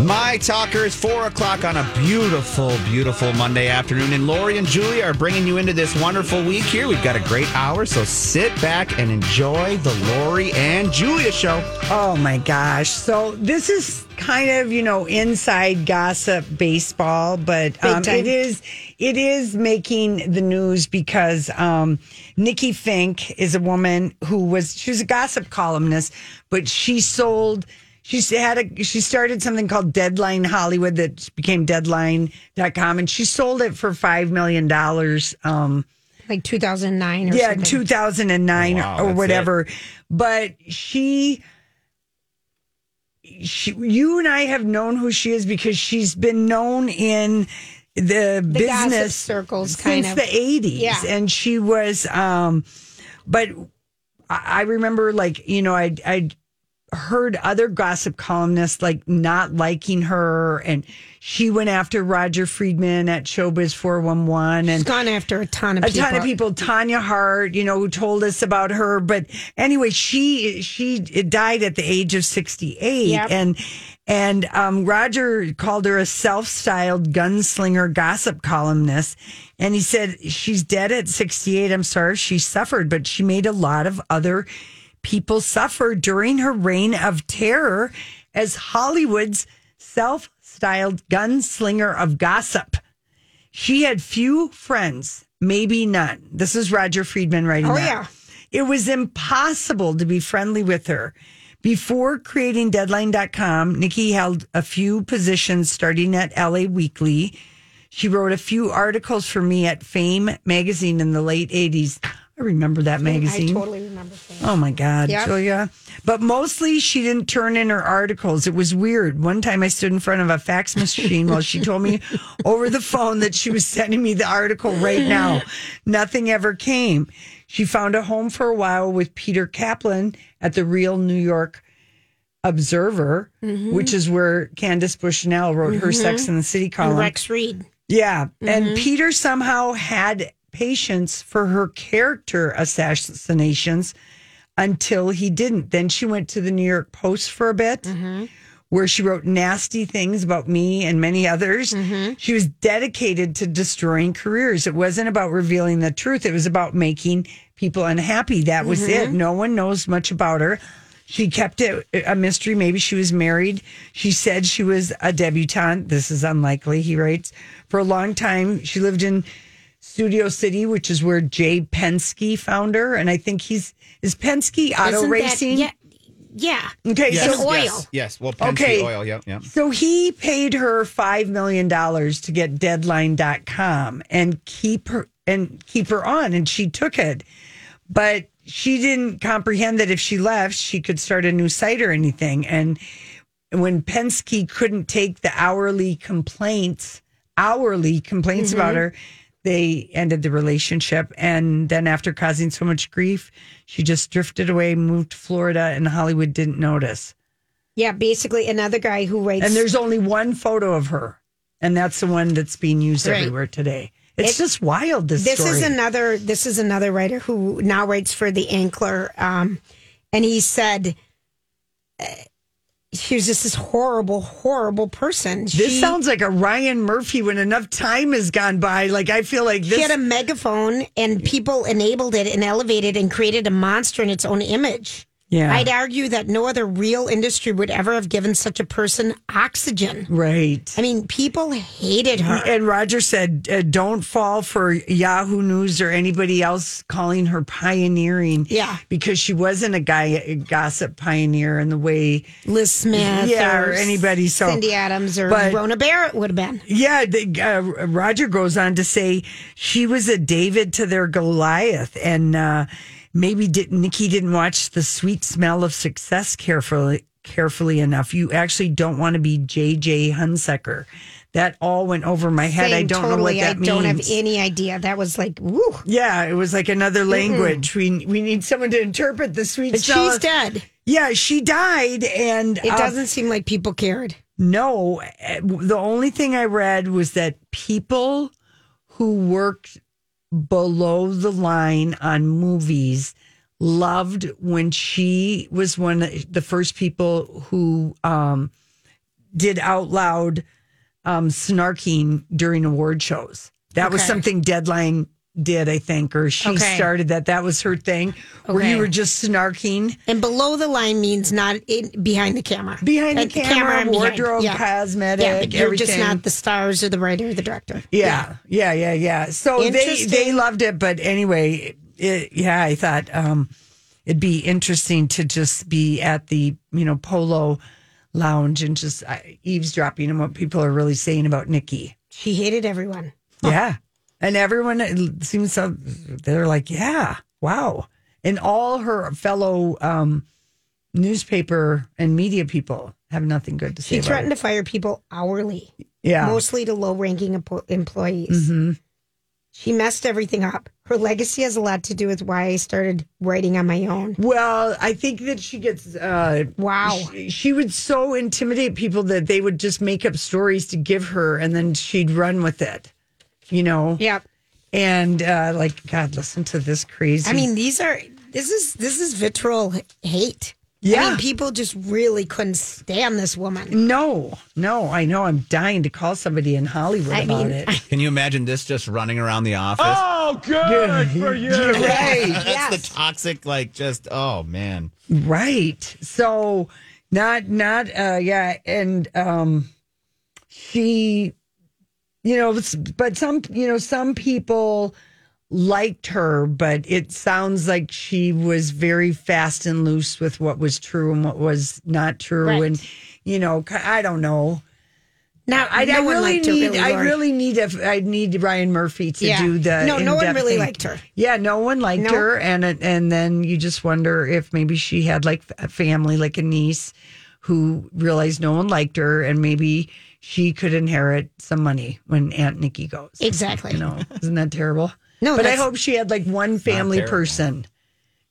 My talkers, four o'clock on a beautiful, beautiful Monday afternoon. And Lori and Julie are bringing you into this wonderful week here. We've got a great hour, so sit back and enjoy the Lori and Julia show. Oh my gosh. So this is kind of, you know, inside gossip baseball, but um, time. it is it is making the news because um Nikki Fink is a woman who was she was a gossip columnist, but she sold she had a she started something called Deadline Hollywood that became deadline.com and she sold it for 5 million dollars um like 2009 or yeah, something. 2009 Wow, or that's whatever. But she, she, you and I have known who she is because she's been known in the, gossip business circles, kind since of. the 80s. Yeah. And she was, um, but I I remember like, you know, I, I, heard other gossip columnists like not liking her and she went after Roger Friedman at Showbiz 411 and She's gone after a ton of a people. ton of people. Tanya Hart, you know, who told us about her. But anyway, she she died at the age of sixty eight, Yep. and and um, Roger called her a self styled gunslinger gossip columnist, and he said she's dead at sixty eight. I'm sorry if she suffered, but she made a lot of other people suffer during her reign of terror as Hollywood's self styled gunslinger of gossip. She had few friends, maybe none. This is Roger Friedman writing. Oh, that. yeah. It was impossible to be friendly with her. Before creating Deadline.com, Nikki held a few positions starting at LA Weekly. She wrote a few articles for me at Fame magazine in the late 80s. I remember that magazine. I totally remember. That. Oh my God, Yep. Julia. But mostly she didn't turn in her articles. It was weird. One time I stood in front of a fax machine while she told me over the phone that she was sending me the article right now. Nothing ever came. She found a home for a while with Peter Kaplan at the Real New York Observer, which is where Candace Bushnell wrote her Sex and the City column. Rex Reed. Yeah. And Peter somehow had patience for her character assassinations until he didn't. Then she went to the New York Post for a bit. Where she wrote nasty things about me and many others. Mm-hmm. She was dedicated to destroying careers. It wasn't about revealing the truth, it was about making people unhappy. That was it. Mm-hmm. No one knows much about her. She kept it a mystery. Maybe she was married. She said she was a debutante. This is unlikely, he writes. For a long time, she lived in Studio City, which is where Jay Penske found her. And I think he's, is Penske auto Isn't that- racing? yeah. Yeah. Okay. Yes. So, oil. yes, yes. Well, Penske Okay. oil. Yep, yep. so he paid her $5 million to get deadline.com and keep her, and keep her on. And she took it. but she didn't comprehend that if she left, she could start a new site or anything. And when Penske couldn't take the hourly complaints, hourly complaints about her, they ended the relationship. And then after causing so much grief, she just drifted away, moved to Florida, and Hollywood didn't notice. Yeah. Basically, another guy who writes. And there's only one photo of her, and that's the one that's being used Right. everywhere today. It's just wild. This, this story. is another. This is another writer who now writes for the Ankler, um, and he said. uh, She was just this horrible, horrible person. This she, sounds like a Ryan Murphy when enough time has gone by. Like I feel like She this. had a megaphone, and people enabled it and elevated and created a monster in its own image. yeah, I'd argue that no other real industry would ever have given such a person oxygen. right. I mean, people hated her. And Roger said, uh, "Don't fall for Yahoo News or anybody else calling her pioneering." Yeah. because she wasn't a guy a gossip pioneer in the way. Liz Smith, Yeah, or anybody, so- Cindy Adams, or but- Rona Barrett would have been. Yeah, the, uh, Roger goes on to say she was a David to their Goliath, and uh, maybe did, Nikki didn't watch the sweet smell of success carefully. carefully enough. You actually don't want to be J.J. Hunsecker. That all went over my head. I Same, don't know totally. what that I means. don't have any idea. That was like, woo. yeah, it was like another language. We we need someone to interpret the sweet. But Stella. she's dead. Yeah, she died, and It uh, doesn't seem like people cared. No, eh, the only thing I read was that people who worked below the line on movies loved when she was one of the first people who um, did out loud um, snarking during award shows. That was Okay. something Deadline did, I think, or she Okay. started that. That was her thing, where Okay. you were just snarking And below the line means not in, behind the camera. behind At the camera, and behind. wardrobe, Yeah. cosmetic, Yeah, but you're everything. just not the stars or the writer or the director. Yeah, yeah, yeah, yeah. So they Interesting. they loved it, but anyway, it, yeah, I thought um, it'd be interesting to just be at the you know polo lounge and just uh, eavesdropping on what people are really saying about Nikki. She hated everyone. Yeah, and everyone it seems so they're like, yeah, wow, and all her fellow um, newspaper and media people have nothing good to say. She about threatened her. to fire people hourly, yeah, Mm-hmm. mostly to low ranking employees. She messed everything up. Her legacy has a lot to do with why I started writing on my own. Well, I think that she gets. Uh, Wow. She, she would so intimidate people that they would just make up stories to give her and then she'd run with it, you know? Yep. And uh, like, God, listen to this crazy. I mean, these are this is this is vitriol h- hate. I Yeah. mean, people just really couldn't stand this woman. no, no, I know. I'm dying to call somebody in Hollywood I about mean, it. Can you imagine this just running around the office? Oh, good for you. Right. That's Yes. the toxic, like, just, oh, man. Right. So not not uh yeah, and um she you know, s- but some you know, some people liked her, but it sounds like she was very fast and loose with what was true and what was not true Right. and you know, ki- I don't know. Now I, I really need I Lori. really need a, I need Ryan Murphy to Yeah. do the No, no one in-depth really thing. liked her. Yeah, no one liked No. her, and it- and then you just wonder if maybe she had like a family, like a niece, who realized no one liked her, and maybe she could inherit some money when Aunt Nikki goes. exactly. You know, isn't that terrible? No, but I that's- hope she had like one family terrible. person,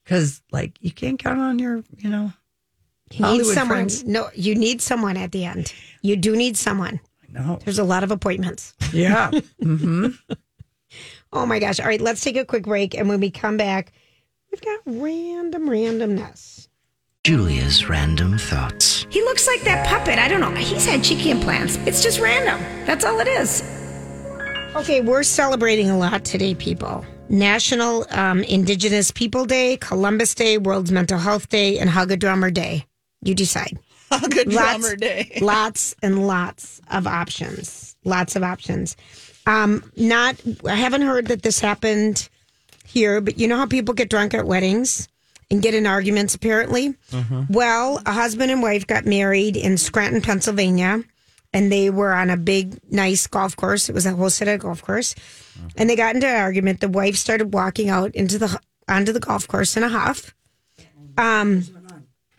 because like you can't count on your, you know, You need Hollywood someone. friends. No, you need someone at the end. You do need someone. no, There's a lot of appointments. yeah, Oh my gosh. All right, let's take a quick break. And when we come back, we've got random randomness. Julia's random thoughts. He looks like that puppet. I don't know. He's had cheeky implants. It's just random. That's all it is. Okay, we're celebrating a lot today, people. National um, Indigenous People Day, Columbus Day, World's Mental Health Day, and Hug a Drummer Day. You decide. Hug a Drummer Day. lots and lots of options. Lots of options. Um, not, I haven't heard that this happened here, but you know how people get drunk at weddings and get in arguments, apparently? Well, a husband and wife got married in Scranton, Pennsylvania, and they were on a big, nice golf course. It was a hosted at a golf course, and they got into an argument. The wife started walking out into the onto the golf course in a huff. Um,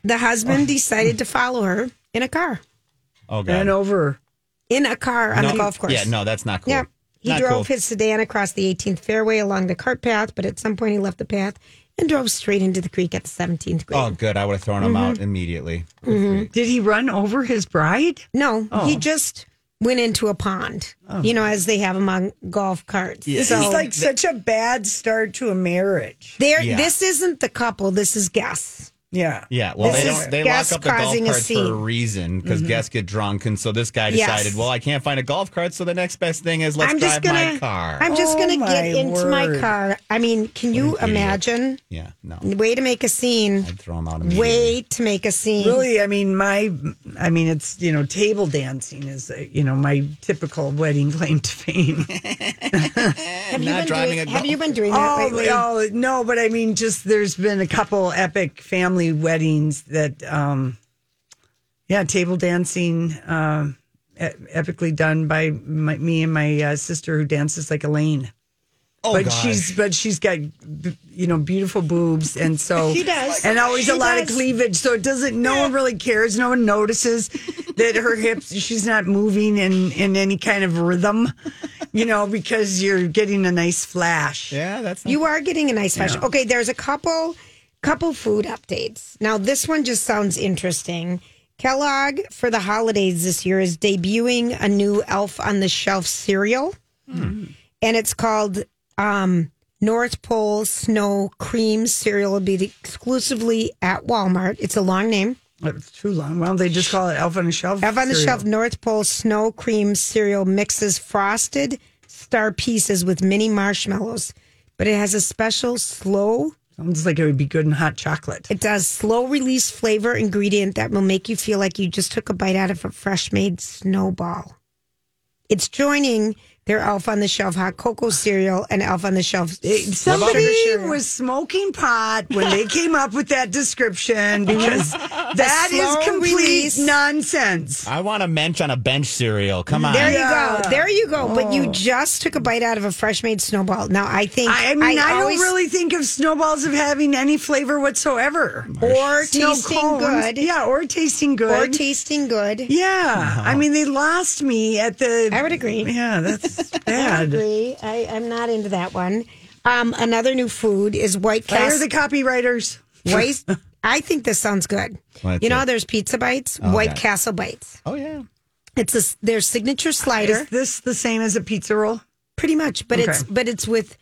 the husband decided to follow her in a car, Oh, God. and over. in a car on No, the golf course. Yeah, no, that's not cool. Yeah. He Not drove cool. his sedan across the 18th fairway along the cart path, but at some point he left the path and drove straight into the creek at the 17th grade. Oh, good. I would have thrown him Mm-hmm. out immediately. Did he run over his bride? No, Oh. he just went into a pond, you know, as they have among golf carts. Yeah. So It's like such a bad start to a marriage. there, Yeah. this isn't the couple. This is guests. Yeah. Yeah, well, This they is don't. They guests lock up the golf causing a carts for scene. Mm-hmm. a reason because guests get drunk, and so this guy Yes. decided, well, I can't find a golf cart, so the next best thing is let's I'm just drive gonna. my car. I'm just Oh, gonna my get into my word. car. I mean, can you imagine? yeah, no, Way to make a scene. I'd throw him out immediately. Way to make a scene. Really, I mean, my, I mean, it's you know, table dancing is uh, you know my typical wedding claim to fame. Have you not been driving doing? a Have golf- you been doing that oh, lately? oh, no, but I mean, just there's been a couple epic family weddings that, um yeah, table dancing, um, e- epically done by my, me and my uh, sister who dances like Elaine. Oh, but God. she's but she's got b- you know beautiful boobs and so She does. and always a She lot of does. cleavage so it doesn't no one really cares no one notices that her hips she's not moving in in any kind of rhythm you know because you're getting a nice flash Yeah, that's You are getting a nice fashion. Okay, there's a couple couple food updates. Now this one just sounds interesting. Kellogg for the holidays this year is debuting a new Elf on the Shelf cereal. And it's called um, North Pole Snow Cream Cereal. Will be exclusively at Walmart. It's a long name. it's too long well they just call it elf on the shelf Elf on the cereal. Shelf North Pole Snow Cream cereal mixes frosted star pieces with mini marshmallows, but it has a special slow sounds like it would be good in hot chocolate It does slow release flavor ingredient that will make you feel like you just took a bite out of a fresh made snowball. It's joining their Elf on the Shelf hot cocoa cereal and Elf on the Shelf. eh, Somebody Sugar cereal. was smoking pot when they came up with that description because that slow is complete release. nonsense. I want a mensch on a bench cereal. Come on. There Yeah. Oh. you go. There you go. But you just took a bite out of a fresh made snowball. Now I think I mean, I, don't always- really think of snowballs of having any flavor whatsoever. or Snow tasting cones. good Yeah, or Uh-huh. tasting or good. tasting good. yeah. I mean, they lost me at the. I would agree. Yeah, that's I bad. agree. I, I'm not into that one. Um, another new food is White Fire Castle. the copywriters. White. I think this sounds good. What's you know, it? there's pizza bites, Oh, White okay. Castle bites. Oh yeah. It's a, s- their signature slider, Is this the same as a pizza roll? pretty much, but it's Okay. but it's with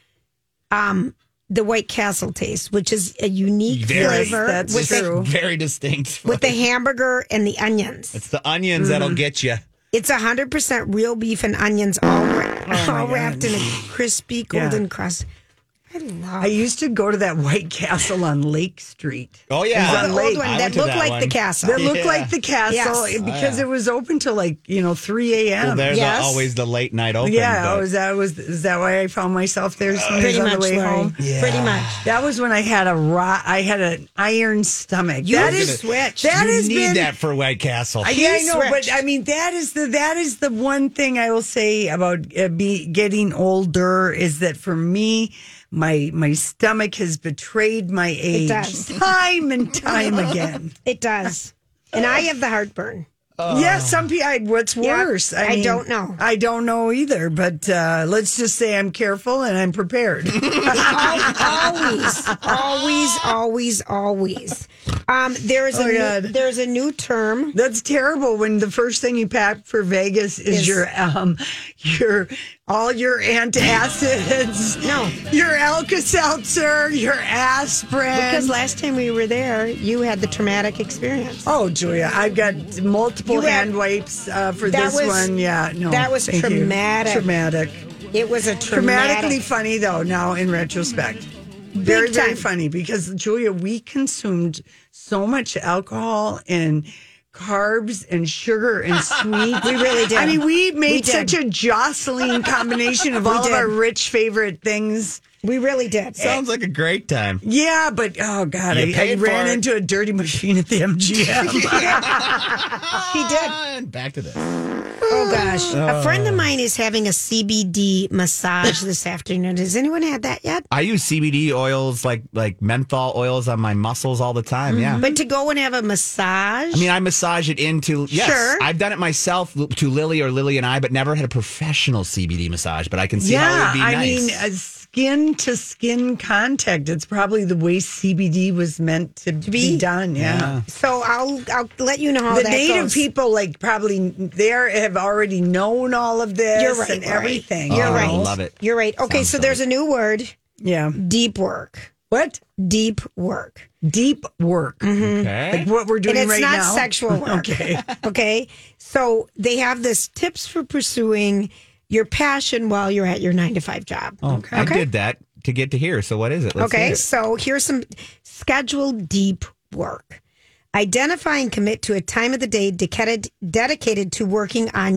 um the White Castle taste, which is a unique Very. flavor That's with true. the, Very distinct. with the hamburger and the onions. it's the onions Mm-hmm. that'll get you. It's hundred percent real beef and onions, all, wra- Oh all wrapped in a crispy golden crust. I love. I used to go to that White Castle on Lake Street. Oh yeah. Oh, the old I one went that to looked like the one. castle. that looked Yeah. Oh, like the castle Yes. because it was open till like you know 3 Well, a.m there's Yes. always the late night open. yeah but- oh, is that was is that why i found myself there sometimes pretty on much, the way Lori. home Pretty much. that was when i had a raw i had an iron stomach You that were is gonna- switched. that you has need been that for White Castle. I, yeah, I He know, but switched. I mean that is the that is the one thing I will say about uh, be getting older is that for me, my my stomach has betrayed my age does. time and time again. It does, and I have the heartburn. Yeah, some people. I, what's worse? Oh. I don't know. I don't know either. But uh, let's just say I'm careful and I'm prepared. Al- always, always, always, always. Um, there is Oh, a new, God. there's a new term. That's terrible when the first thing you pack for Vegas is Is- your um your all your antacids. No. your Alka Seltzer, your aspirin. Because last time we were there, you had the traumatic experience. oh, Julia, I've got multiple You had- hand wipes uh, for That this was- one. Yeah, no, that was thank you. traumatic. Traumatic. It was a traumatic. Dramatically funny though. Now in retrospect, very very time. funny because Julia, we consumed so much alcohol and carbs and sugar and sweets. we really did. I mean, we made did. such a jostling combination of all of did. our rich favorite things. we really did. Sounds like a great time. Yeah, but oh god, You I, I paid for ran it. into a dirty machine at the MGM. he did. Ah, And back to this. Oh gosh. A friend of mine is having a CBD massage this afternoon. Has anyone had that yet? I use CBD oils like like menthol oils on my muscles all the time. Yeah. Mm-hmm. But to go and have a massage. I mean, I massage it into. Yes, Sure. I've done it myself to Lily or Lily and I, but never had a professional CBD massage. But I can see yeah, how it would be I nice. mean, uh, skin to skin contact. It's probably the way CBD was meant to, be. be. done. yeah. so I'll I'll let you know how the that native goes. people like probably there have already known all of this You're right, and Lori. everything. Uh-huh. You're Oh, right. love it. You're right. Okay, Sounds so there's a new word: Yeah. deep work. What? Deep work. Deep work. okay. Like what we're doing Mm-hmm. and it's right not now. sexual work. Okay. Okay. So they have this tips for pursuing your passion while you're at your nine to five job. Oh, okay. I did that to get to here. So what is it? Let's Okay. hear it. So here's some schedule deep work. Identify and commit to a time of the day dedicated dedicated to working on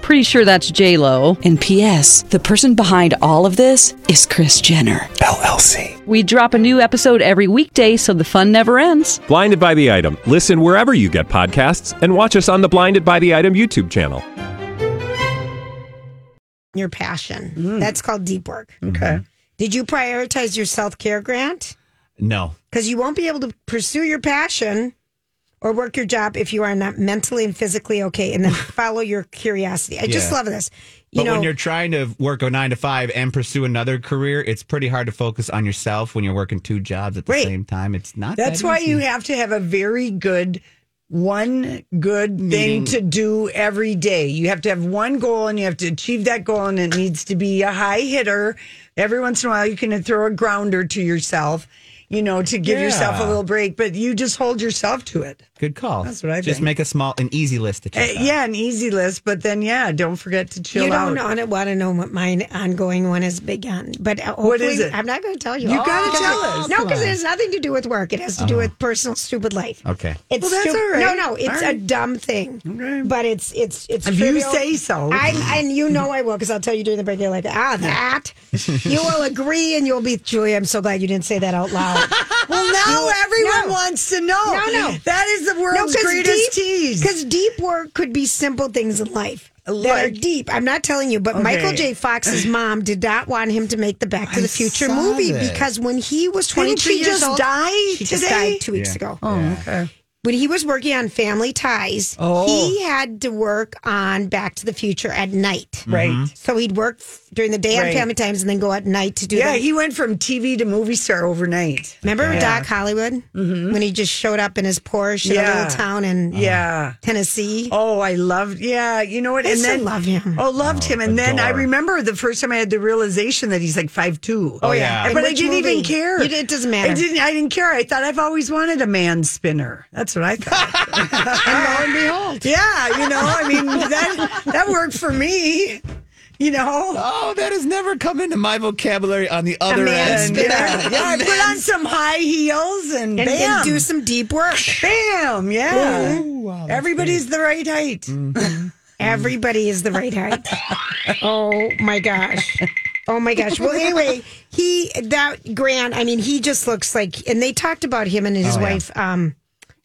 Pretty sure that's J Lo. And P.S. The person behind all of this is Chris Jenner LLC. We drop a new episode every weekday, so the fun never ends. Blinded by the item. Listen wherever you get podcasts, and watch us on the Blinded by the Item YouTube channel. Your passion. That's called deep work. Mm. Okay. Did you prioritize your self care grant? No. Because you won't be able to pursue your passion or work your job if you are not mentally and physically okay and then follow your curiosity. I just Yeah. love this. You But know, when you're trying to work a nine to five and pursue another career, it's pretty hard to focus on yourself when you're working two jobs at the Right. same time. It's not. That's that why easy. you have to have a very good one good thing to do every day. You have to have one goal and you have to achieve that goal and it needs to be a high hitter. Every once in a while you can throw a grounder to yourself, you know, to give yourself a Yeah. little break, but you just hold yourself to it. Good call. That's what I Just think. make a small, an easy list to Uh, check. off. yeah, an easy list, but then yeah, don't forget to chill you don't out. want to know what my ongoing one is big on, but uh, What is hopefully- it? I'm not going to tell you. You gotta because tell it- us. Uh-huh. No, because it has nothing to do with work. It has to do with personal stupid life. Okay. It's Well, that's stu- all right. No, no, it's All a right. dumb thing. Okay. But it's it's it's. If you trivial. say so. I'm, and you know I will because I'll tell you during the break. You're like, ah, that. you will agree, and you'll be Julie. I'm so glad you didn't say that out loud. Well, now You- everyone no. wants to know. No, no. That is the world's greatest tease. Because deep work could be simple things in life that are Like- deep. I'm not telling you, but Michael J. Fox's mom did not want him to make the Back to the Future saw movie that. because when he was 22 she years just old, die she just today? died two weeks ago. Oh, okay. When he was working on Family Ties, Oh. he had to work on Back to the Future at night. Right. So he'd work f- during the day on Right. Family Times and then go at night to do Yeah, the- he went from TV to movie star overnight. Remember Doc Hollywood when he just showed up in his Porsche in a Mm-hmm. Yeah. little town in Yeah. Tennessee? Oh, I loved. Yeah, you know what? I still love him. Oh, loved him. And then I adore. remember the first time I had the realization that he's like five two. Oh yeah. but I Which didn't movie? even care. You did- it doesn't matter. I didn't. I didn't care. I thought I've always wanted a man spinner. That's what I thought. and lo and behold, yeah, you know, I mean that that worked for me. You know, Oh, that has never come into my vocabulary on the other man end. spinner. yeah, yeah, I put on some high heels and, and, bam, and do some deep work. bam, yeah. Everybody's the right height. Mm. Everybody is the right height. oh my gosh. Oh my gosh. Well, anyway, he, that Grant, I mean, he just looks like, and they talked about him and Oh, his wife, um,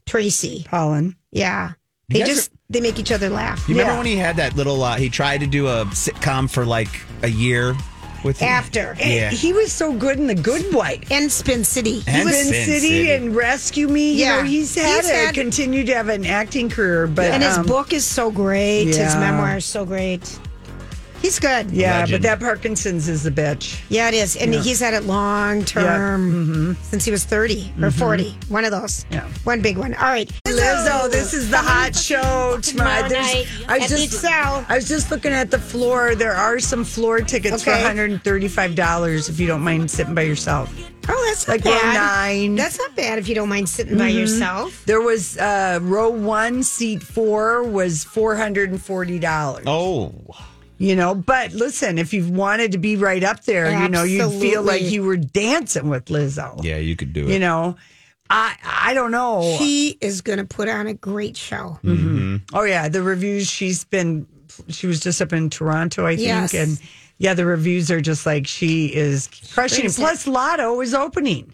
Tracy. Colin. Yeah. They guys just, they make each other laugh. You remember Yeah. when he had that little? Uh, he tried to do a sitcom for like a year with After. Yeah. He was so good in The Good Wife. And Spin City. And He was in Sin City, City. and Rescue Me. Yeah. Yeah. You know, he's had He's a had- continued to have an acting career, but And his um, book is so great. His Yeah. memoir is so great. He's good. Yeah, but Legend. that Parkinson's is a bitch. Yeah, it is. And he's had it long term since he was 30 or 40. One of those. Mm-hmm. Yeah. One big one. All right. Lizzo, this is the hot show tomorrow. Tomorrow There's- night I at was the just Excel. I was just looking at the floor. There are some floor tickets for Okay. $135 if you don't mind sitting by yourself. Oh, that's not Like row bad. nine. Mm-hmm. That's not bad if you don't mind sitting by yourself. There was uh, row one, seat four was four hundred and forty dollars. oh, You know, but listen, if you wanted to be right up there, you know, you feel like Absolutely. you were dancing with Lizzo. yeah, you could do it. You know, I I don't know. He is going to put on a great show. oh yeah, the reviews. She's been. She was just up in Toronto, I think, Yes. and yeah, the reviews are just like she is crushing. it. brings it. Plus, Lotto is opening.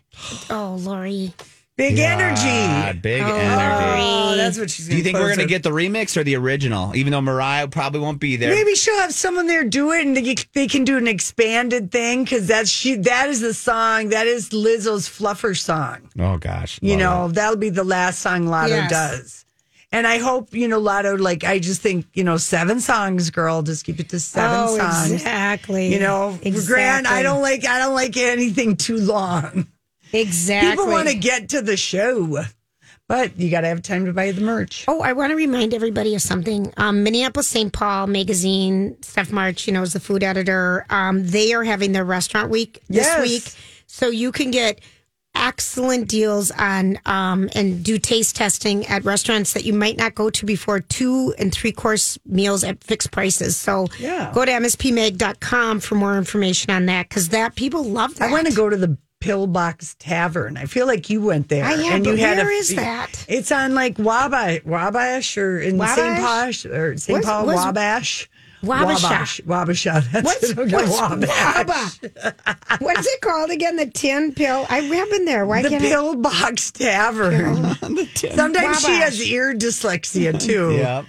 Oh, Lori. Big Ah, energy. big energy. Oh, that's what she's. Do you think we're close gonna with. get the remix or the original? Even though Mariah probably won't be there. Maybe she'll have someone there do it, and they, they can do an expanded thing because that's she. That is the song. That is Lizzo's fluffer song. Oh gosh, You love know, that'll be the last song Lotto Yes. does. And I hope, you know, Lotto, like, I just think, you know, seven songs, girl, just keep it to seven Oh, songs. exactly. You know, Grant, I Exactly. don't like, I don't like anything too long. Exactly. People want to get to the show, but you got to have time to buy the merch. Oh, I want to remind everybody of something. Um, Minneapolis St. Paul magazine, Steph March, you know, is the food editor. Um, they are having their restaurant week this Yes. week. So you can get excellent deals on um, and do taste testing at restaurants that you might not go to before two and three course meals at fixed prices. So Yeah. go to mspmag.com for more information on that because that people love that. I want to go to the Pillbox Tavern. I feel like you went there. I have, you but where a- is that? It's on like Wabash, Wabash or in Wabash? St. Paul's or St. Where's- Paul, where's- Wabash. Wabasha. Wabash. Wabasha. That's What's, it. what's Okay, Wabash. Waba? What's it called again? The tin pill. I have been there. Why The can't I? Pillbox Tavern. Sometimes she Wabash. has ear dyslexia too. Yep.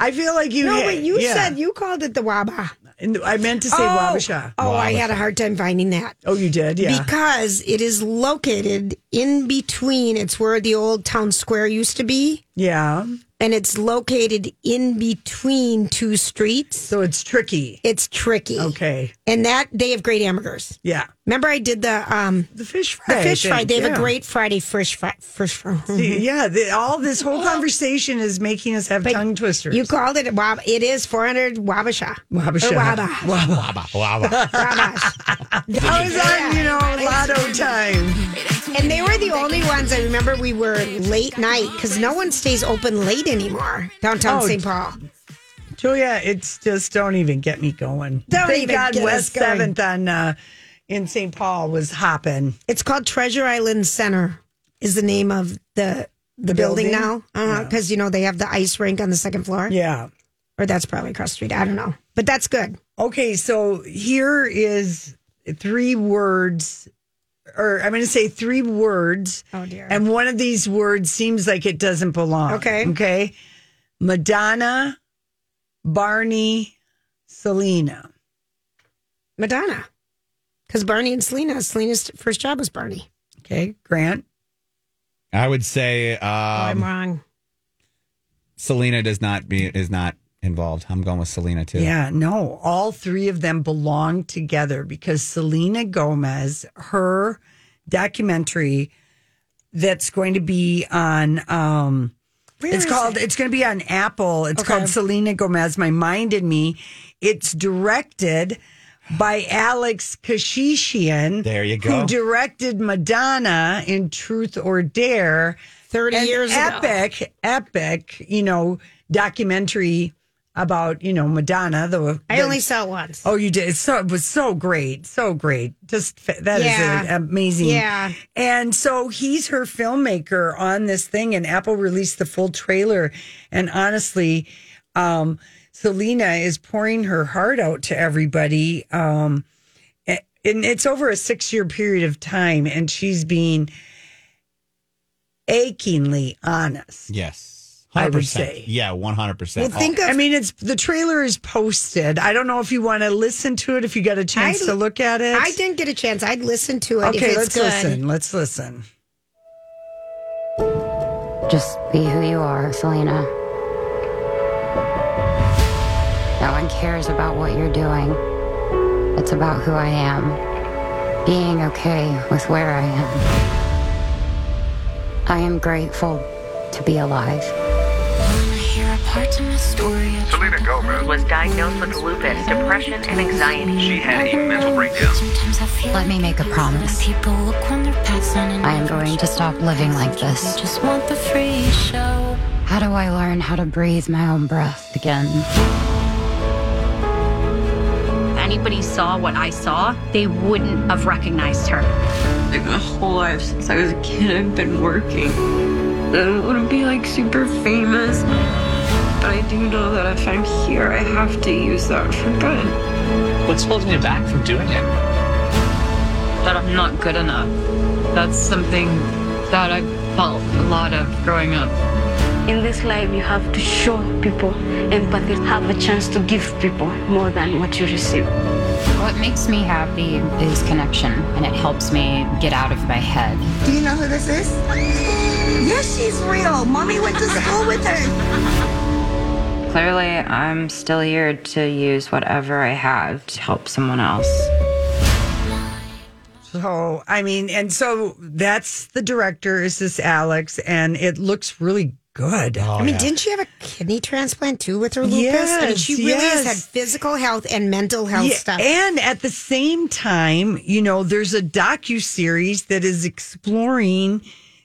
I feel like you. No, ha- but you yeah. said you called it the Waba. And I meant to say Wabasha. Oh, I had a hard time finding that. Oh, you did, yeah. Because it is located in between. It's where the old town square used to be, yeah. and it's located in between two streets. So it's tricky. It's tricky. Okay. And that they have great hamburgers. Yeah. Remember, I did the um The fish the fry. I fish think, fry. They have yeah. a great Friday fish fry. Fish fry. Yeah, the, all this whole conversation is making us have tongue twisters. You called it Wab. It is 400 Wabasha. Wabasha. Or Wabash. Waba. Wabba, wabba. Wabash. I was on, you know, lotto time. And they were the only ones I remember we were late night because no one stays open late anymore downtown Oh, St. Paul. Julia, it's just don't even get me going. Don't Thank even God get West us going. Seventh on uh, in St. Paul was hopping. It's called Treasure Island Center, is the name of the. The, building, building? now, because you know they have the ice rink on the second floor, Yeah. or that's probably across the street. I don't know, but that's good. Okay, so here is three words, or I'm going to say three words, Oh dear. and one of these words seems like it doesn't belong. Okay. Okay. Madonna, Barney, Selena. Madonna, because Barney and Selena. Selena's first job was Barney. Okay, Grant. I would say oh, I'm um, wrong. Selena does not be is not involved. I'm going with Selena too. Yeah, no, all three of them belong together because Selena Gomez, her documentary that's going to be on um Where it's is called it? it's going to be on Apple. It's Okay. called Selena Gomez, My Mind and Me. It's directed by Alex Kashishian. There you go. Who directed Madonna in Truth or Dare. 30 an years ago. epic, epic, you know, documentary about you know Madonna. The I the- only saw it once. oh, you did so it was so great, so great. Just fa- that is Yeah. an amazing. Yeah. and so he's her filmmaker on this thing, and Apple released the full trailer, and honestly. um Selena is pouring her heart out to everybody. Um, a- and it's over a six year period of time, and she's being achingly honest. Yes. 100%. I would say. Yeah, 100%. Well, think Oh, of I mean, it's the trailer is posted. I don't know if you want to listen to it, if you got a chance I- to look at it. I didn't get a chance. I'd listen to it. if Okay, it's let's good. listen. Let's listen. Just be who you are, Selena. No one cares about what you're doing. It's about who I am. Being okay with where I am. I am grateful to be alive. Selena Gomez was diagnosed with lupus, depression, and anxiety. She had a mental breakdown. Let me make a promise. I am going to stop living like this. Just want the free show. How do I learn how to breathe my own breath again? anybody saw what I saw, they wouldn't have recognized her. Like my whole life since I was a kid, I've been working. I don't want to be like super famous, but I do know that if I'm here, I have to use that for good. What's holding you back from doing it? that I'm not good enough. That's something that I felt a lot of growing up. In this life, you have to show people empathy, have a chance to give people more than what you receive. What makes me happy is connection, and it helps me get out of my head. Do you know who this is? Yes, she's real. Mommy went to school with her. Clearly, I'm still here to use whatever I have to help someone else. So I mean, and so that's the director is this Alex, and it looks really good. Oh, I mean, didn't she have a kidney transplant too with her lupus? I mean, Yes, she really has yes. had physical health and mental health Yeah, stuff. And at the same time, you know, there's a docu series that is exploring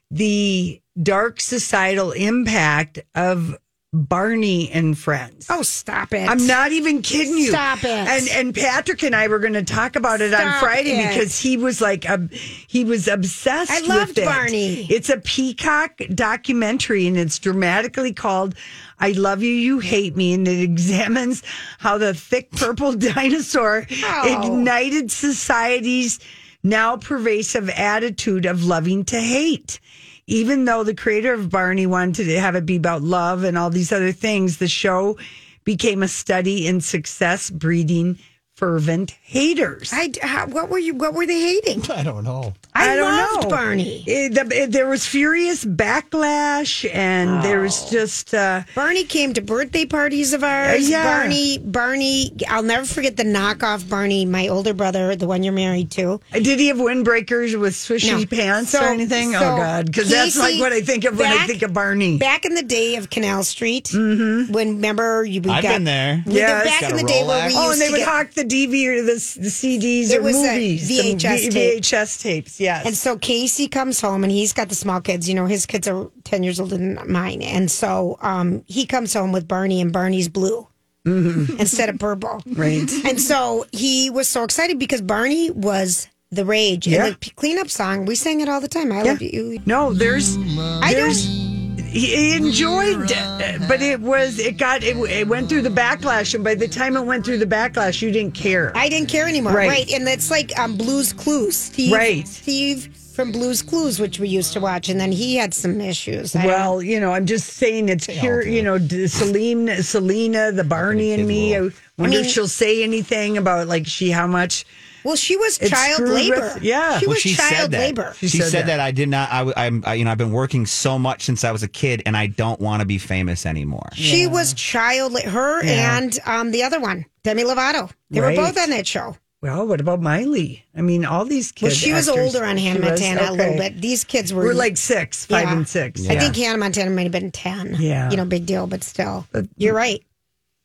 the dark societal impact of Barney and Friends. Oh, stop it! I'm not even kidding you. Stop it. And and Patrick and I were going to talk about it on Stop Friday it. because he was like, um, he was obsessed. I loved with it. Barney. It's a Peacock documentary, and it's dramatically called "I Love You, You Hate Me," and it examines how the thick purple dinosaur Oh. ignited society's now pervasive attitude of loving to hate. Even though the creator of Barney wanted to have it be about love and all these other things, the show became a study in success breeding fervent haters. I how, what were you? What were they hating? I don't know. I, don't loved know. Barney. It- the- it- there was furious backlash, Oh. and there was just uh, Barney came to birthday parties of ours. Uh, yeah. Barney, Barney, I'll never forget the knockoff Barney, my older brother, the one you're married to. did he have windbreakers with swishy No. pants or So- anything? so oh God, because that's like Casey, what I think of when I back- think of Barney. Back in the day of Canal Street, mm-hmm. when remember you we I've got, been there. We Yes. got back Got in a the day where Rolex. we used Oh, and they to would get, hawk the DVD or the, the CDs There or was a movies. the VHS V- tape. VHS tapes, yes. And so Casey comes home and he's got the small kids. You know, his kids are 10 years older than mine. And so um, he comes home with Barney, and Barney's blue Mm-hmm. instead of purple. Right. And so he was so excited because Barney was the rage. Yeah. And the p- cleanup song, we sang it all the time. I love you. No, there's, I there's, don't. he he enjoyed, uh, but it was, it got, it, it went through the backlash. And by the time it went through the backlash, you didn't care. I didn't care anymore. Right. Right. And it's like um, Blues Clues. Steve, Right. Steve from Blues Clues, which we used to watch. And then he had some issues. I don't well, you know, I'm just saying it's pure, you know, d- Selena, Selena, the Barney and me. I wonder I if mean- she'll say anything about like she, how much. Well, she was It's child screwed with- labor. yeah. She Well, was Oh, she child said that. labor. She, said, that. I did not. I, w- I'm. I, you know, I've been working so much since I was a kid, and I don't want to be famous anymore. She was child la- her Yeah. and um, the other one, Demi Lovato. They Right. were both on that show. Well, what about Miley? I mean, all these kids. Well, she was older on Hannah Montana a little bit. These kids were, We're like six, five Yeah. and six. I think Hannah Montana might have been ten. Yeah. Uh, you know, big deal, but still, you're right.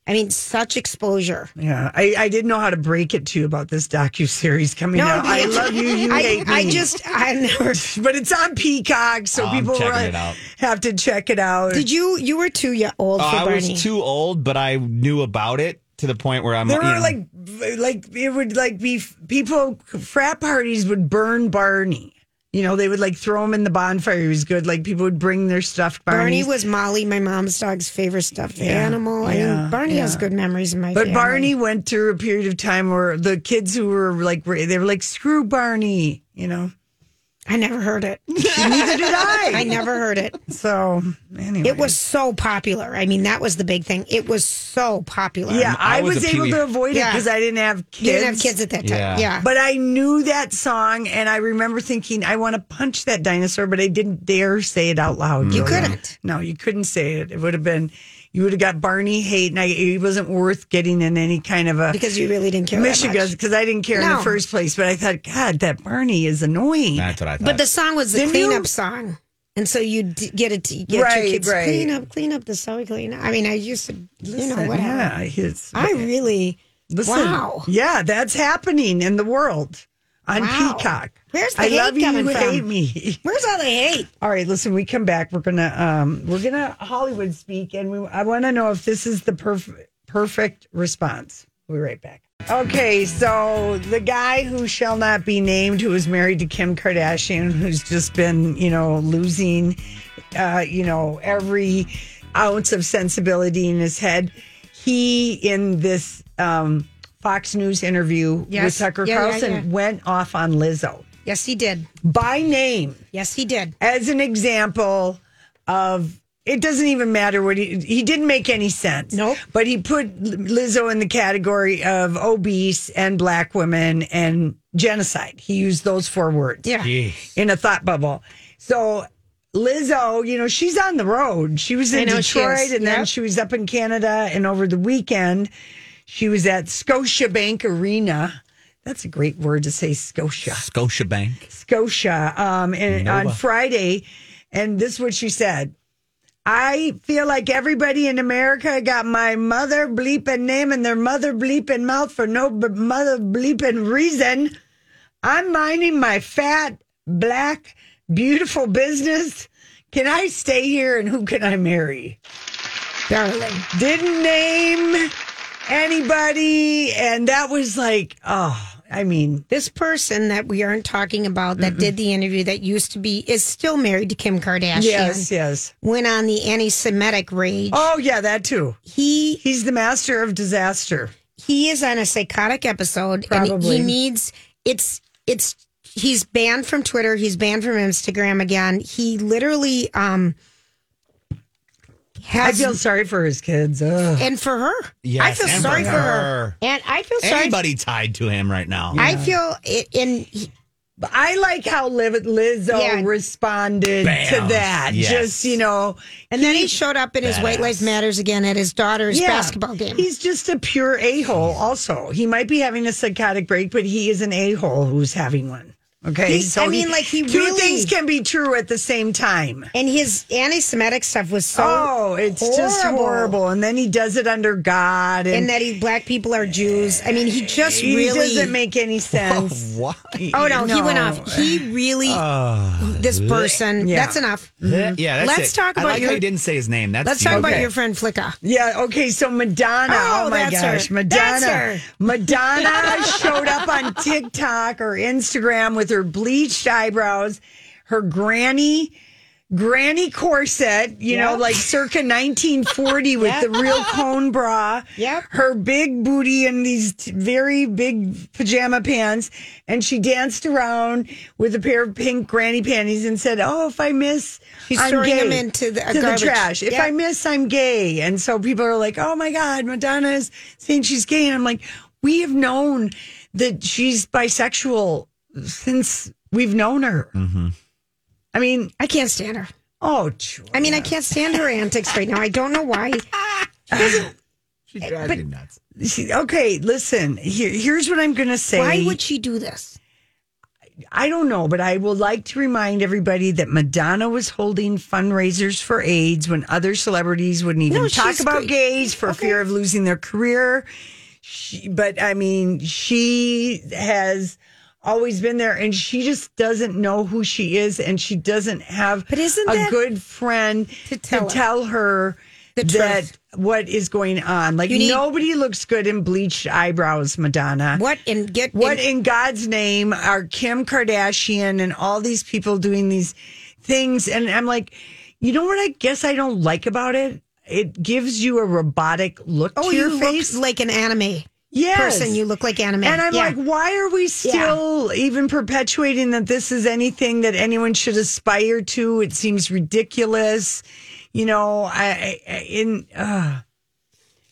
I mean, such exposure. Yeah, I, I didn't know how to break it to you about this docu series coming out. I but- love you. You I, hate me. I just, I never. but it's on Peacock, so Oh, I'm people checking really it out. have to check it out. Did you? You were too y- old Uh, for I Barney. was too old, but I knew about it to the point where I'm. There you were know, like, like it would like be people frat parties would burn Barney. You know, they would like throw him in the bonfire. He was good. Like people would bring their stuffed Barney Barneys. was Molly, my mom's dog's favorite stuffed Yeah, animal. I yeah, mean, Barney has yeah. good memories in my. But family. Barney went through a period of time where the kids who were like, were- they were like, screw Barney, you know? I never heard it. Neither did I. I never heard it. So, anyway. It was so popular. I mean, that was the big thing. It was so popular. Yeah, I I, was was, a able Pee Wee- to avoid it Yeah. because I didn't have kids. You didn't have kids at that time. Yeah. Yeah. But I knew that song, and I remember thinking, I want to punch that dinosaur, but I didn't dare say it out loud. You Julia. couldn't. No, you couldn't say it. It would have been, you would have got Barney hate, and I, it wasn't worth getting in any kind of a. because you really didn't care. that much. Michigan, because I didn't care in the No. first place, but I thought, God, that Barney is annoying. That's what I thought. But the song was the Didn't you- cleanup song. And so you d- get it, to get Right, your kids right. clean up, clean up the cellar, clean up. I mean, I used to, you know, Listen, whatever. Yeah, it's, I really, listen, wow. Yeah, that's happening in the world on Wow. Peacock. Where's the I hate love you, coming you from? hate me. Where's all the hate? All right, listen. We come back. We're gonna um, we're gonna Hollywood speak, and we I want to know if this is the perfect perfect response. We'll be right back. Okay, so the guy who shall not be named, who is married to Kim Kardashian, who's just been you know losing, uh, you know every ounce of sensibility in his head. He in this um, Fox News interview Yes. with Tucker Yeah, yeah, Carlson yeah. went off on Lizzo Yes, he did. by name Yes, he did. as an example of it doesn't even matter what he he didn't make any sense. Nope. But he put Lizzo in the category of obese and black women and genocide. He used those four words Yeah. Jeez. in a thought bubble. So Lizzo, you know, she's on the road. She was I in know she Detroit is. and then Yep. she was up in Canada. And over the weekend, she was at Scotiabank Arena. That's a great word to say, Scotia. Scotiabank. Scotia um, and on Nova. Friday. And this is what she said. I feel like everybody in America got my mother bleeping name and their mother bleeping mouth for no b- mother bleeping reason. I'm minding my fat, black, beautiful business. Can I stay here and who can I marry? Darling. Didn't name anybody. And that was like, oh, I mean, this person that we aren't talking about that did the interview that used to be is still married to Kim Kardashian. Yes, yes. Went on the anti-Semitic rage. Oh yeah, that too. He he's the master of disaster. He is on a psychotic episode, and Probably. he needs it's it's he's banned from Twitter. He's banned from Instagram again. He literally um I has feel sorry for his kids. Ugh. and for her. Yes, I feel and for sorry for her. her. And I feel sorry. Anybody tied to him right now? I feel it in But I like how Liv- Lizzo Yeah. responded Bam. to that. Yes. Just you know, and then he showed up in his White Lives Matters again at his daughter's Yeah. basketball game. He's just a pure a hole. Also, he might be having a psychotic break, but he is an a hole who's having one. Okay, He- I mean, like, he two really- things can be true at the same time. And his anti-Semitic stuff was so oh, it's just horrible. horrible. And then he does it under God, and, And that he black people are Jews. I mean, he just he really doesn't make any sense. Why? Oh no, Ah. he went off. He really this person. Yeah. That's enough. Yeah, that's Mm-hmm. Let's it. talk I about like your- How you didn't say his name. That's Let's talk huge. about your friend Flicka. Yeah, okay, so Madonna. Oh, Oh, my that's gosh. her. Madonna. That's her. Madonna showed up on TikTok or Instagram with her bleached eyebrows, her granny granny corset, you know, Yep. like circa 1940 with the real cone bra. Yep. Her big booty and these t- very big pajama pants and she danced around with a pair of pink granny panties and said, "Oh, if I miss She's I'm throwing gay them into the- a to the garbage. trash. If Yeah. I miss, I'm gay. And so people are like, oh my God, Madonna's saying she's gay. And I'm like, we have known that she's bisexual since we've known her. I mean, I can't stand her. oh, Julia. I mean, I can't stand her antics right now. I don't know why. She drives but- you nuts. She- okay, listen, here, here's what I'm going to say. Why would she do this? I don't know, but I will like to remind everybody that Madonna was holding fundraisers for AIDS when other celebrities wouldn't even No, talk she's about great. gays for Okay. fear of losing their career. She, but I mean, she has always been there and she just doesn't know who she is and she doesn't have But isn't a that- good friend to tell tell, her. her The that truth. what is going on. Like You need- nobody looks good in bleached eyebrows, Madonna. What and get What in, in God's name are Kim Kardashian and all these people doing these things? And I'm like, you know what I guess I don't like about it? It gives you a robotic look oh, to your you face. look like an anime yes. person. You look like anime. and I'm Yeah. like, why are we still even perpetuating that this is anything that anyone should aspire to? It seems ridiculous. You know, I, I in, uh,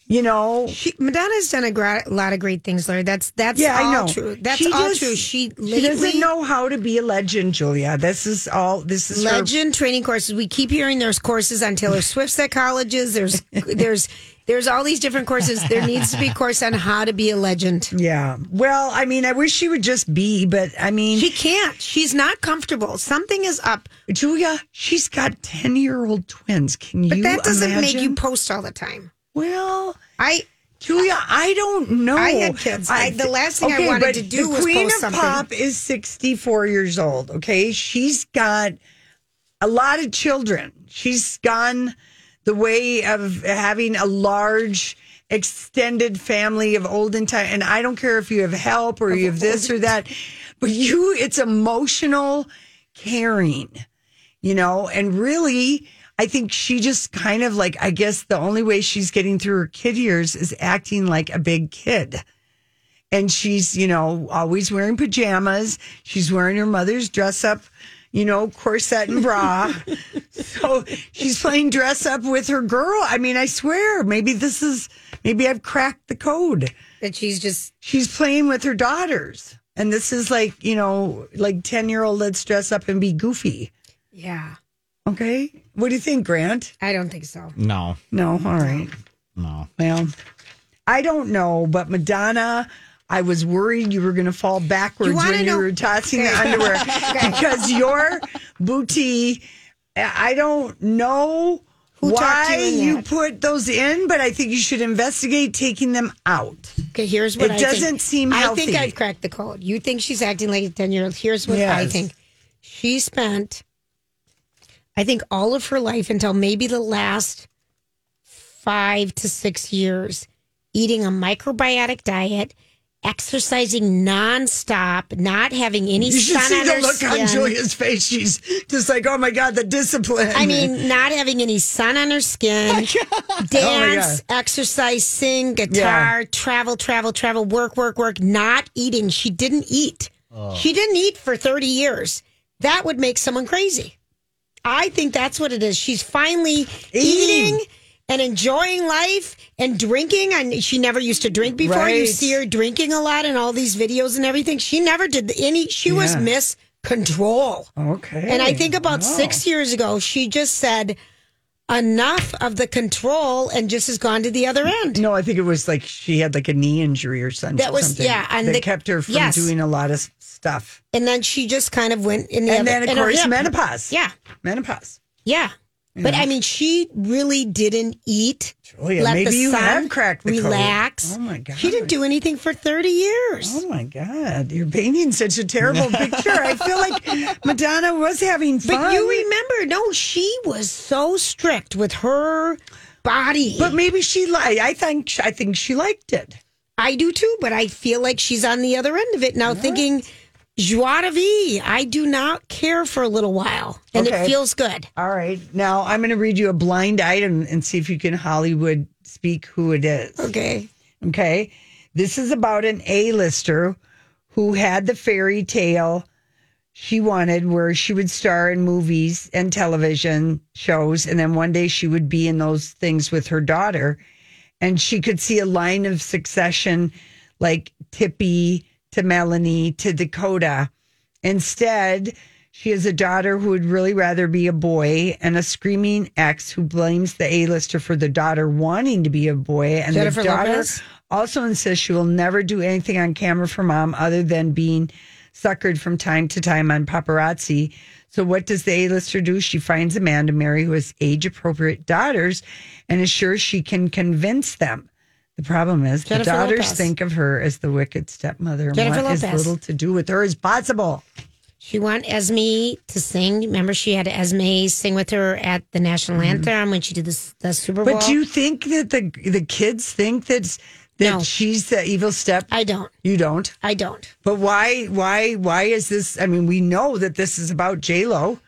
you know, She, Madonna's done a gra- lot of great things, Larry. That's that's Yeah, all I know. true. That's She all just- true. She She lately doesn't know how to be a legend, Julia. This is all. This is her- legend training courses. We keep hearing there's courses on Taylor Swift's at colleges. There's there's there's all these different courses. There needs to be a course on how to be a legend. yeah. Well, I mean, I wish she would just be, but I mean, She can't. She's not comfortable. Something is up. Julia, she's got ten-year-old twins. Can But you? that doesn't make you imagine? post all the time. Well, I Julia, I don't know. I had kids. I- the last thing I Okay, wanted but to do the was Queen post of something. Pop is sixty-four years old. Okay, she's got a lot of children. She's gone the way of having a large extended family of olden time. And I don't care if you have help or you have this or that, but you, it's emotional caring, you know, and really. I think she just kind of like, I guess the only way she's getting through her kid years is acting like a big kid and she's you know always wearing pajamas she's wearing her mother's dress up you know corset and bra so she's playing dress up with her girl i mean i swear maybe this is maybe i've cracked the code that she's just she's playing with her daughters and this is like you know like 10 year old let's dress up and be goofy yeah. Okay. What do you think, Grant? I don't think so. No. No. All right. No. Well, I don't know, but Madonna. I was worried you were going to fall backwards You wanna when you know- were tossing the Okay. underwear Okay. because your booty. I don't know Who talked why you in you that? put those in, but I think you should investigate taking them out. Okay, here's what It I doesn't think. seem I think healthy. I've cracked the code. You think she's acting like a 10 year old. Here's what I Yes. think. She spent, I think, all of her life until maybe the last five to six years eating a microbiotic diet, exercising nonstop, not having any You should sun see on the her look skin. on Julia's face. She's just like, oh my God, the discipline. I mean, not having any sun on her Oh skin, dance, exercise, sing, guitar, travel, travel, travel, work, work, work, not eating. She didn't eat. Oh. She didn't eat for 30 years. That would make someone crazy. I think that's what it is. She's finally eating, and enjoying life and drinking. And she never used to drink before. You Right. see her drinking a lot in all these videos and everything. She never did any, she was Yeah. Miss Control. okay. Oh. And I think about Wow. six years ago, she just said, enough of the control and just has gone to the other end. No, I think it was like she had like a knee injury or something. That was- something yeah, and that the- kept her from yes. doing a lot of stuff. And then she just kind of went in the And other then, of in her course, hip. menopause. Yeah. Menopause. Yeah. But Yeah. I mean, she really didn't eat. Julia, Oh, maybe you have cracked the code. relax. Oh, my God. She didn't do anything for 30 years. Oh my God, you're painting such a terrible picture. I feel like Madonna was having fun. But you remember, no, she was so strict with her body. But maybe she lied. I think I think she liked it. I do too, but I feel like she's on the other end of it now, thinking, joie de vie. I do not care for a little while, and Okay. it feels good. All right. Now I'm going to read you a blind item and see if you can Hollywood speak who it is. Okay. Okay. This is about an A-lister who had the fairy tale she wanted where she would star in movies and television shows and then one day she would be in those things with her daughter and she could see a line of succession like Tippy to Melanie to Dakota. Instead, she has a daughter who would really rather be a boy and a screaming ex who blames the A-lister for the daughter wanting to be a boy. And Jennifer the daughter Lopez? also insists she will never do anything on camera for mom other than being suckered from time to time on paparazzi. So what does the A-lister do? She finds a man to marry who has age-appropriate daughters and is sure she can convince them. The problem is Jennifer the daughters Lopez. think of her as the wicked stepmother and Jennifer want as Lopez. little to do with her as possible. She want Esme to sing. Remember, she had Esme sing with her at the national anthem when she did the, the Super Bowl. Mm-hmm. But do you think that the the kids think that that No. she's the evil step? I don't. You don't. I don't. But why why why is this? I mean, we know that this is about J Lo,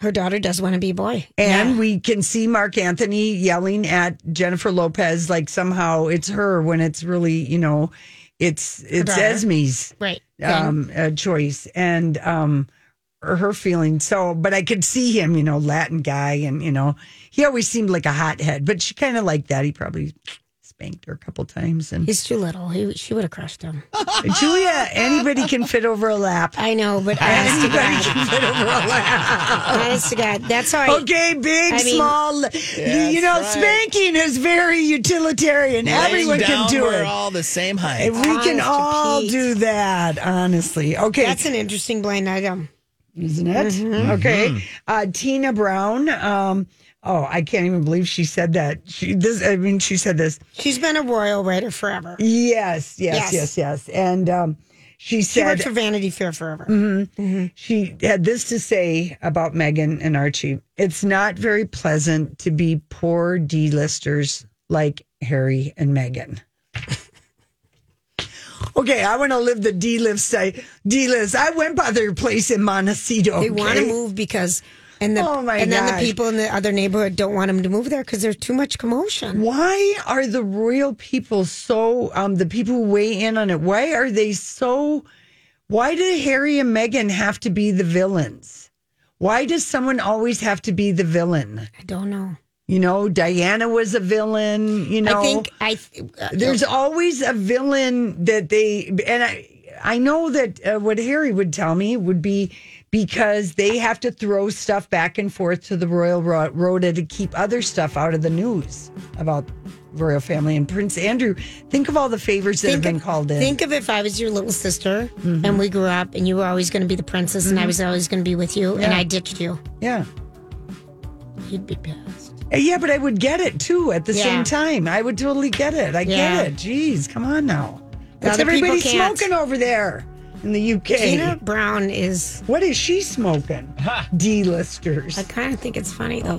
Her daughter does want to be a boy. and Yeah. we can see Mark Anthony yelling at Jennifer Lopez like somehow it's her when it's really you know, it's it's daughter. Esme's right. um, uh, choice and um, or her feelings. So, but I could see him, you know, Latin guy, and you know, he always seemed like a hothead. But she kind of liked that. He probably spanked her a couple times. And He's too little. He, she would have crushed him. Julia, anybody can fit over a lap. I know, but honest to Anybody God, can fit over a lap. honest to God, that's how I. Okay, big, I mean- small. you know, spanking is very utilitarian. Everyone can do we're it. all the same height. And we Honest can to all Pete. do that, honestly. Okay. That's an interesting blind item. isn't it? Okay. Uh, Tina Brown. Um, oh, I can't even believe she said that. She this. I mean, she said this. She's been a royal writer forever. Yes, yes, Yes. yes, yes. And um, she She worked said Mm-hmm. for Vanity Fair forever. she had this to say about Megan and Archie. It's not very pleasant to be poor D-listers like Harry and Megan. Okay, I want to live the D-list. I D-list. I went by their place in Montecito. They want to okay? move because, and the Oh, my and then gosh. the people in the other neighborhood don't want them to move there because there's too much commotion. why are the royal people so um the people who weigh in on it why are they so why do harry and meghan have to be the villains why does someone always have to be the villain I don't know. you know diana was a villain you know I think I. th- uh, there's always a villain that they and I I know that uh, what Harry would tell me would be because they have to throw stuff back and forth to the royal ro- rota to keep other stuff out of the news about royal family and Prince Andrew. Think of all the favors that have been called in. Think of if I was your little sister and we grew up and you were always going to be the princess and I Mhm. was always going to be with you and Yeah. I ditched you. yeah. You'd be pissed. Uh, Yeah, but I would get it too at the Yeah. same time. I would totally get it. I Yeah. get it. Jeez, come on now. That's Other people everybody can't. smoking over there in the UK. Tina Brown is. What is she smoking? D-listers. I kind of think it's funny though.